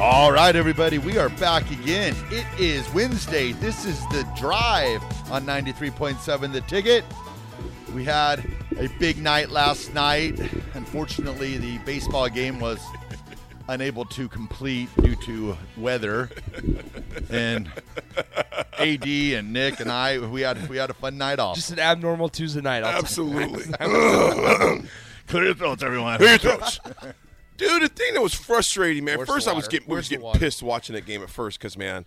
All right, everybody, we are back again. It is Wednesday. This is the drive on 93.7 The Ticket. We had a big night last night. Unfortunately, the baseball game was unable to complete due to weather. And AD and Nick and I, we had we had a fun night off. Just an abnormal Tuesday night. I'll tell you. Absolutely. clear your throats, everyone. Clear your throats. Dude, the thing that was frustrating, man. Where's first, the I was water? getting, we Where's was the getting water? pissed watching that game at first because, man,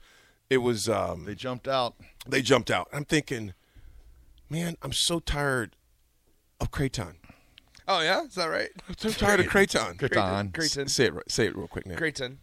it was um, They jumped out. they jumped out. I'm thinking, man, I'm so tired of Creighton. Oh yeah, is that right? I'm so tired of Creighton. Creighton. Creighton. Say it, right- say it real quick, Nick. Creighton.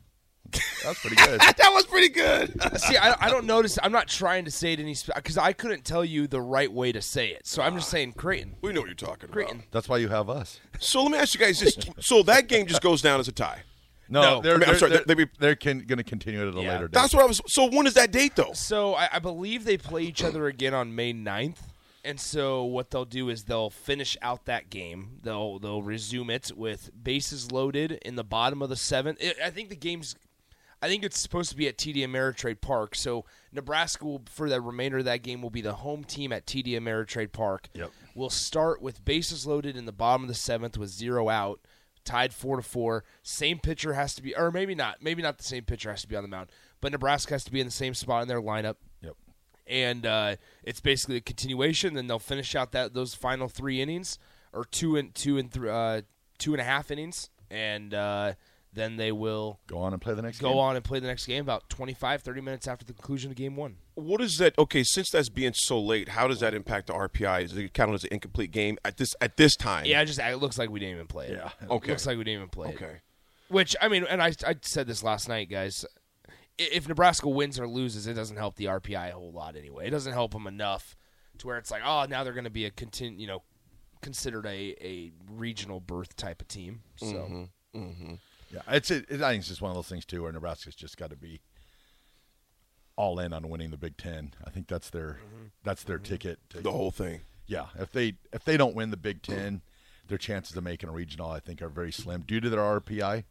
That's pretty good. That was pretty good. See, I, I don't notice. I'm not trying to say it any because I couldn't tell you the right way to say it. So I'm just saying Creighton. we know what you're talking Creighton. That's why you have us. about. So let me ask you guys this: so that game just goes down as a tie. No, they're, I mean, I'm they're, sorry, they're, they- they- they're con- going to continue it at a Yeah. later date. That's what I was. So when is that date though? So I, I believe they play each other again on May 9th. And so what they'll do is they'll finish out that game. They'll they'll resume it with bases loaded in the bottom of the seventh. I I think the game's, I think it's supposed to be at TD Ameritrade Park. So Nebraska will for the remainder of that game will be the home team at TD Ameritrade Park. Yep. We'll start with bases loaded in the bottom of the seventh with zero out, tied four to four. Same pitcher has to be, or maybe not, maybe not the same pitcher has to be on the mound, but Nebraska has to be in the same spot in their lineup Yep. and uh, it's basically a continuation. Then they'll finish out that those final three innings, or two and two and three, uh, two and a half innings, and uh, then they will Go on and play the next go game. on and play the next game about 25, 30 minutes after the conclusion of game one. What is that? Okay, since that's being so late, how does that impact the RPI? Is it counted as an incomplete game at this at this time? Yeah, I just it looks like we didn't even play it. Yeah. It Okay. looks like we didn't even play it. Okay. Which I mean, and I I said this last night, guys. I- If Nebraska wins or loses, it doesn't help the RPI a whole lot anyway. It doesn't help them enough to where it's like, oh, now they're going to be a contin- you know, considered a, a regional berth type of team. So Yeah, it's it, it- I think it's just one of those things too, where Nebraska's just got to be all in on winning the Big Ten. I think that's their that's their ticket. To, Mm-hmm. The whole thing. yeah, if they if they don't win the Big Ten, their chances of making a regional I think are very slim due to their RPI.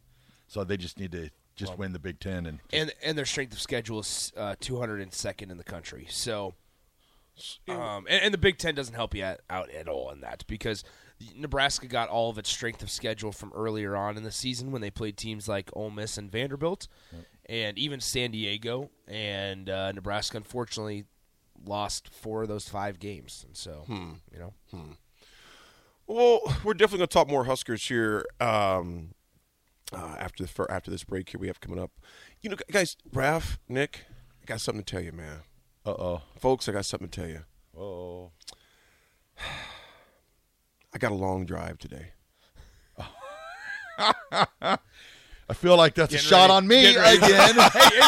So they just need to just win the Big Ten and and and their strength of schedule is uh, 202nd in the country. So, um, and, and the Big Ten doesn't help you at, out at all in that because Nebraska got all of its strength of schedule from earlier on in the season when they played teams like Ole Miss and Vanderbilt, and even San Diego. And uh, Nebraska unfortunately lost four of those five games. And so, you know, Well, we're definitely going to talk more Huskers here um, uh, after the, for, after this break here we have coming up. You know, gu- guys, Raf, Nick, I got something to tell you, man. uh oh Folks, I got something to tell you. oh I got a long drive today. I feel like that's a shot on me again. Hey,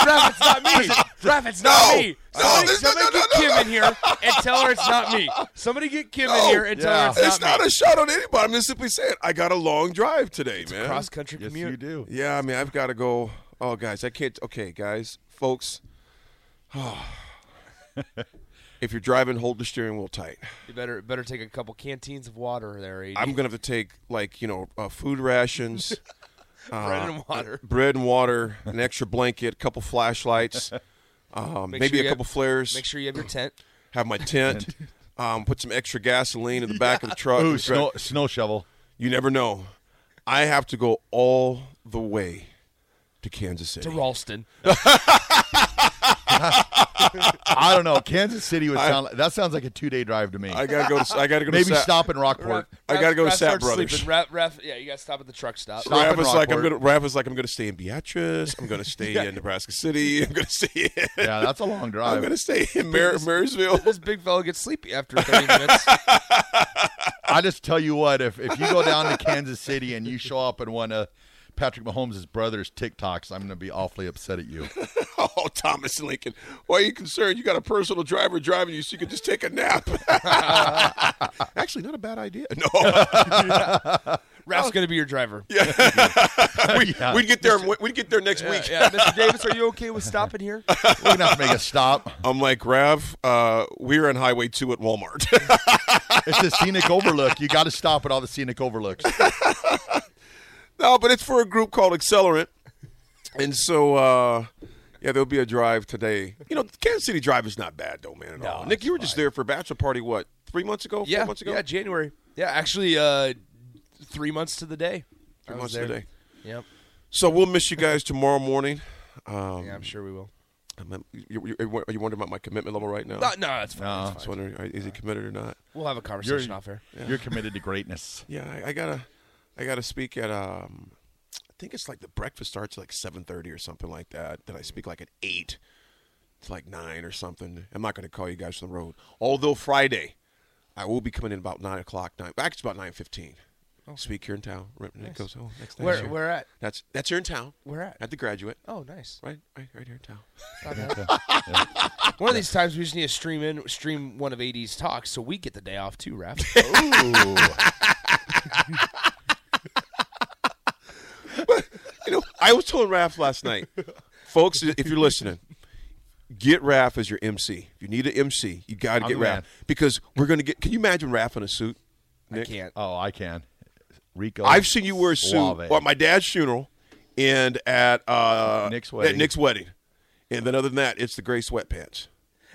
hey, Raph, it's not me. Raph, it's not me. Somebody, somebody get Kim in here and tell her it's not me. Somebody get Kim in No. here and tell her Yeah. it's, It's not, not a shot on anybody. I'm just simply saying I got a long drive today, man. me. Cross country yes, commute. you do. Yeah, I mean, I've got to go. Oh, guys, I can't. Okay, guys, folks. if you're driving, hold the steering wheel tight. You better better take a couple canteens of water there, AD. I'm gonna have to take like you know uh, food rations, bread and water. bread and water, an extra blanket, a couple flashlights, um, Make maybe sure you a couple have- flares. Make sure you have your tent. Have my tent. um, put some extra gasoline in the back of the truck. Ooh, snow snow shovel. You never know. I have to go all the way to Kansas City. To Ralston. I don't know. Kansas City would sound like, that sounds like a two day drive to me. I gotta go. To, I gotta go. Maybe to Sa- stop in Rockport. I gotta go to Raph Sap starts Brothers. sleeping. Raph, Raph- yeah, you got to stop at the truck stop. Stop. Rav in was like, I'm Rockport. gonna. Rav was like, I'm gonna stay in Beatrice. I'm gonna stay in Nebraska City. I'm gonna stay. In, Yeah, that's a long I'm drive. gonna stay in Mar- Marysville. This big fella gets sleepy after 30 minutes. I just tell you what, if if you go down to Kansas City and you show up in one of Patrick Mahomes' brother's TikToks, I'm going to be awfully upset at you. Oh, Thomas Lincoln. Why are you concerned? You got a personal driver driving you, so you can just take a nap. Actually, not a bad idea. No, Raph's going to be your driver. Yeah, we, yeah, we'd get there. We'd get there next week. yeah. Mr. Davis, are you okay with stopping here? we're going to have to make a stop. I'm like, Rav, uh, we're on Highway Two at Walmart. It's a scenic overlook. You got to stop at all the scenic overlooks. no, but it's for a group called Accelerant, and so uh, yeah, there'll be a drive today. You know, Kansas City Drive is not bad though, man. At all. Nick, you were just there for a bachelor party. What three months ago? yeah, four months ago. yeah, January. Yeah, actually, uh, three months to the day. three I was months there. today. Yep. So we'll miss you guys tomorrow morning. Um, Yeah, I'm sure we will. I'm- you, you, are you wondering about my commitment level right now? No, Uh, no, that's fine. I No, was wondering, are- is he committed or not? We'll have a conversation off air. you're committed to greatness. Yeah, I, I gotta, I gotta speak at. Um, I think it's like the breakfast starts at like seven thirty or something like that. Then I speak like at eight to like nine or something. I'm not gonna call you guys on the road. Although Friday, I will be coming in about nine o'clock. Nine, actually it's about nine fifteen. Speak here in town. Right, and it goes home next day. Where, where at? That's that's here in town. Where at? At the graduate. Oh, nice. Right, right, right here in town. One of these times we just need to stream in, stream one of AD's talks, so we get the day off too, Raph. Ooh. You know, I was telling Raph last night, folks, if you're listening, get Raph as your MC. If you need an MC, you got to I'm get Raph the man. because we're gonna get. Can you imagine Raph in a suit? I Nick? can't. Oh, I can. Rico. I've seen you wear a suit Suave. at my dad's funeral and at uh, Nick's At wedding. Nick's wedding, and then other than that, it's the gray sweatpants.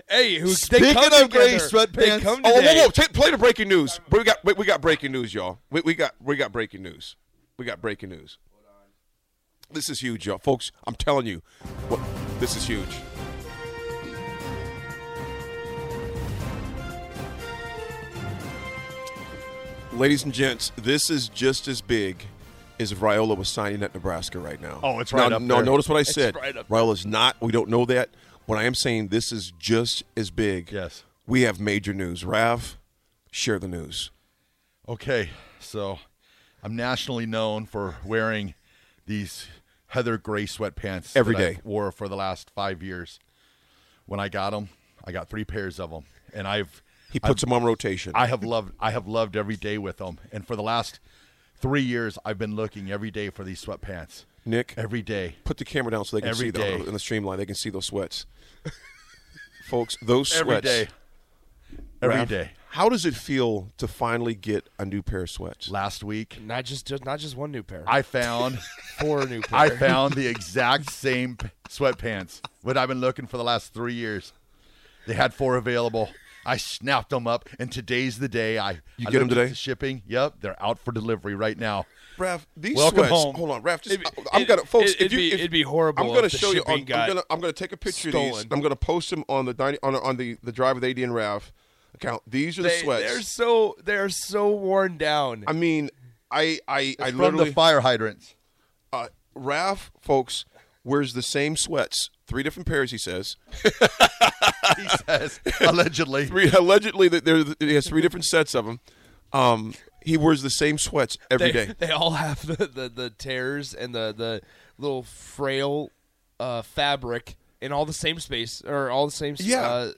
Hey, who's Speaking of gray sweatpants- come Oh, together. whoa, whoa! Take, play the breaking news. We got we, we got breaking news, y'all. We, we got we got breaking news. We got breaking news. This is huge, y'all, folks. I'm telling you, what, this is huge. Ladies and gents, this is just as big as if Riola was signing at Nebraska right now. Oh, it's right now, up No, there. notice what I said. right up Riola's not. We don't know that. What I am saying, this is just as big. Yes. We have major news. Rav, share the news. Okay, so I'm nationally known for wearing these heather gray sweatpants Every that I day. wore for the last five years. When I got them, I got three pairs of them, and I've He puts them on rotation. I have loved I have loved every day with them. And for the last three years, I've been looking every day for these sweatpants. Nick. every day. Put the camera down so they can Every see day. the, in the streamline. They can see those sweats. Folks, those sweats. Every day. Every day. Rav, How does it feel to finally get a new pair of sweats? Last week, Not just, just not just one new pair. I found Four new pair. I found the exact same p- sweatpants what I've been looking for the last three years. They had four available. I snapped them up, and today's the day. I You I get 'em looked at today? the shipping. Yep, they're out for delivery right now. Raph, these Welcome sweats. home. Hold on, Raph. Just, It'd be- I'm it- gonna, folks. it- it'd if you, be- if- it'd be horrible I'm gonna if the show you. shipping I'm, I'm got gonna, I'm gonna take a picture of these. stolen. I'm gonna post them on the dyna- on, on the the drive with AD and Raph account. These are the they, sweats. They're so they're so worn down. I mean, I I I From literally the fire hydrants. uh, Raph, folks, wears the same sweats. Three different pairs, he says. He says allegedly. Three allegedly that there he has three different sets of them. Um, he wears the same sweats every they, day. they all have the, the, the tears and the, the little frail uh, fabric in all the same space or all the same s- Yeah. uh,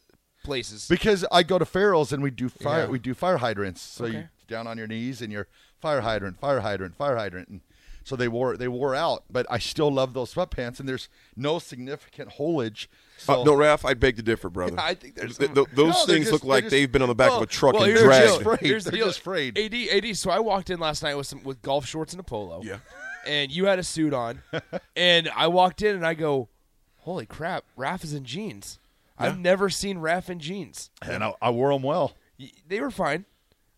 places. Because I go to Farrell's and we do fire Yeah. we do fire hydrants. So Okay. you down on your knees and you're fire hydrant, fire hydrant, fire hydrant. And so they wore they wore out, but I still love those sweatpants and there's no significant holage. So Uh, no, Raph, I beg to differ, brother. I think there's Th- th- those No, they're things just- look like they're just- they've been on the back well- of a truck well, and here's the dragged. deal. afraid. Here's the They're deal. just afraid. Ad, ad. So I walked in last night with some with golf shorts and a polo. Yeah. And you had a suit on, and I walked in and I go, "Holy crap! Raph is in jeans. I've never seen Raph in jeans. and I, I wore them well. Y- They were fine.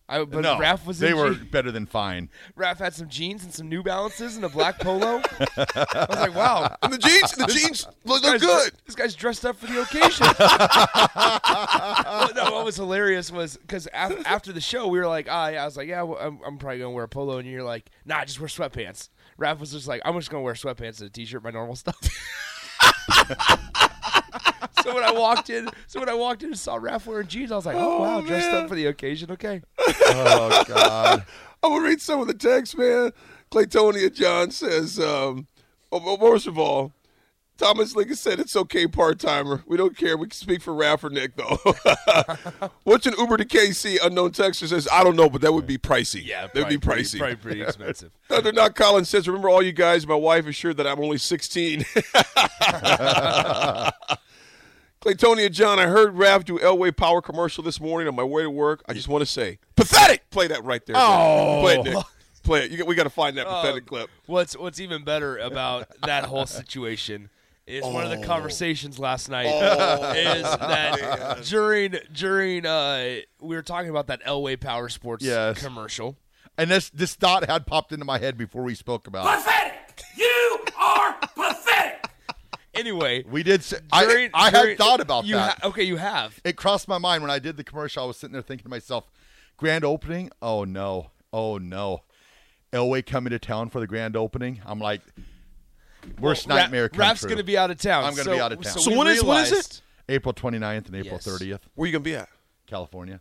I, but no, Raph was they in were je- better than fine. Raph had some jeans and some New Balances and a black polo. I was like, wow, And the jeans, the jeans look, This guy's- look good. This guy's dressed up for the occasion. Well, no, what was hilarious was because af- after the show, we were like, ah, yeah, I was like, yeah, well, I'm, I'm probably gonna wear a polo, and you're like, nah, just wear sweatpants. Raph was just like, I'm just gonna wear sweatpants and a t-shirt, my normal stuff. so when I walked in, so when I walked in and saw Raph wearing jeans, I was like, oh, wow, dressed up for the occasion, okay. Oh God! I'm gonna read some of the text, man. Claytonia John says, um, oh, well, first of all, Thomas Lincoln said it's okay, part timer. We don't care. We can speak for Raph or Nick though. What's an Uber to KC? Unknown texter says, I don't know, but that would be pricey. that'd be probably- pricey. Probably pretty expensive. Thunder Not Colin says, Remember all you guys, my wife is sure that I'm only 16. Claytonia John, I heard Raph do Elway Power commercial this morning on my way to work. I just want to say, pathetic! Play that right there. Nick. Oh. Play it, Nick. Play it. You, got- we got to find that pathetic clip. What's What's even better about that whole situation is one Oh. of the conversations last night is that during during uh, we were talking about that Elway Power Sports Yes. commercial. And this this thought had popped into my head before we spoke about. it. Anyway, We did. Say, I, I had during- thought about you that. ha- oh. okay, you have. it crossed my mind when I did the commercial. I was sitting there thinking to myself, grand opening? Oh no. Oh no. Elway coming to town for the grand opening. I'm like, worst Ra- nightmare come Raph's true. going to be out of town. I'm gonna so- be out of town. So, So when we is- when is it? realized- April 29th and April Yes. 30th, Where you going to be at? California.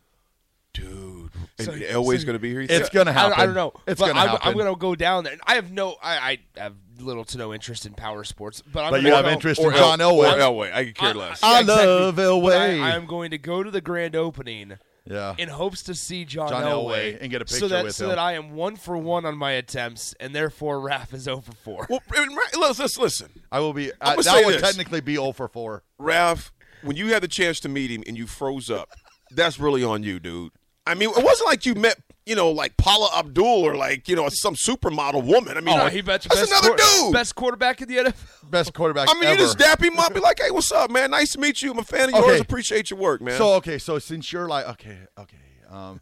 Dude. So- Elway's so- going to be here. you It's think? going to happen. I, I don't know. It's but going to I'm, happen. I'm going to go down there. And I have no. I, I have little to no interest in power sports. But I'm But gonna you have go- interest or in John El- Elway. Or Elway. I could care less. I exactly. love But Elway. I, I am going to go to the grand opening yeah. in hopes to see John, Uh, John Elway, Elway and get a so picture that, with so him. that I am one for one on my attempts, and therefore Raph is over four. Well, I mean, right- let's, let's listen. I will be. I'm I, gonna that say would this. technically be 0 for 4. Ralph, when you had the chance to meet him and you froze up, that's really on you, dude. I mean, it wasn't like you met, you know, like Paula Abdul or like, you know, some supermodel woman. I mean, No, like, Oh, he bets that's best another quar- dude. best quarterback in the NFL. Best quarterback I mean, ever. you just dap him up, be like, hey, what's up, man? Nice to meet you. I'm a fan of yours. Okay. Appreciate your work, man. So okay, so since you're like okay, okay, um,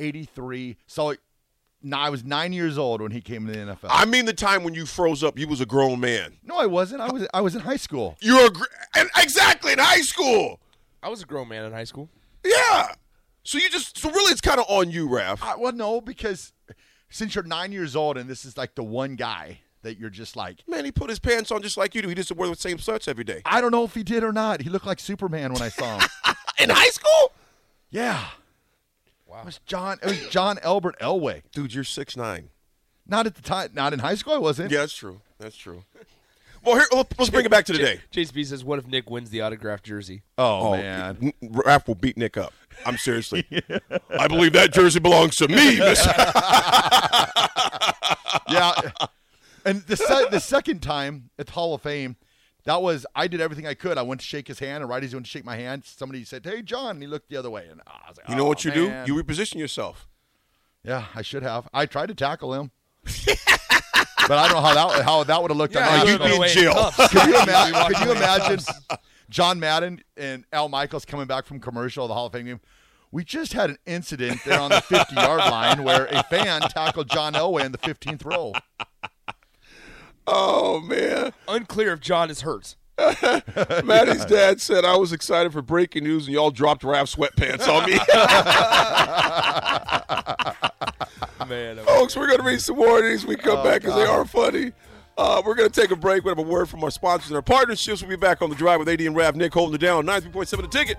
eighty three. So now I was nine years old when he came to the NFL. I mean, the time when you froze up, you was a grown man. no, I wasn't. I was I was in high school. You were a gr- and exactly in high school. I was a grown man in high school. Yeah. So you just, so really, it's kind of on you, Ralph. I, well, no, because since you're nine years old and this is like the one guy that you're just like, man, he put his pants on just like you do. He just wore the same shirts every day. I don't know if he did or not. He looked like Superman when I saw him. In high school? yeah. Wow. It was John. It was John Albert Elway. Dude, you're six nine. Not at the time. Not in high school. I wasn't. Yeah, that's true. That's true. Well, here let's let's bring it back to today. JSB says, "What if Nick wins the autographed jersey?" Oh, man. N- Raph will beat Nick up. I'm seriously. I believe that jersey belongs to me. miss- yeah. And the se- the second time at the Hall of Fame, that was I did everything I could. I went to shake his hand, and right as he went to shake my hand, somebody said, "Hey, John," and he looked the other way, and I was like, you know "Oh, what you man." do? You reposition yourself. yeah, I should have. I tried to tackle him, but I don't know how that how that would have looked. I on that would've you'd been be in away jail. cuffs. could you, ima- You'd be could walking you away in imagine cuffs. John Madden and Al Michaels coming back from commercial, the Hall of Fame game? We just had an incident there on the 50 yard line where a fan tackled John Elway in the 15th row. Oh man, Unclear if John is hurt. Maddie's dad said I was excited for breaking news, and y'all dropped Raph sweatpants on me. Man, okay. Folks, we're going to read some more of these when we come back because they are funny. Uh, we're going to take a break. We have a word from our sponsors and our partnerships. We'll be back on the drive with AD and Rav, Nick holding it down. 93.7 the ticket.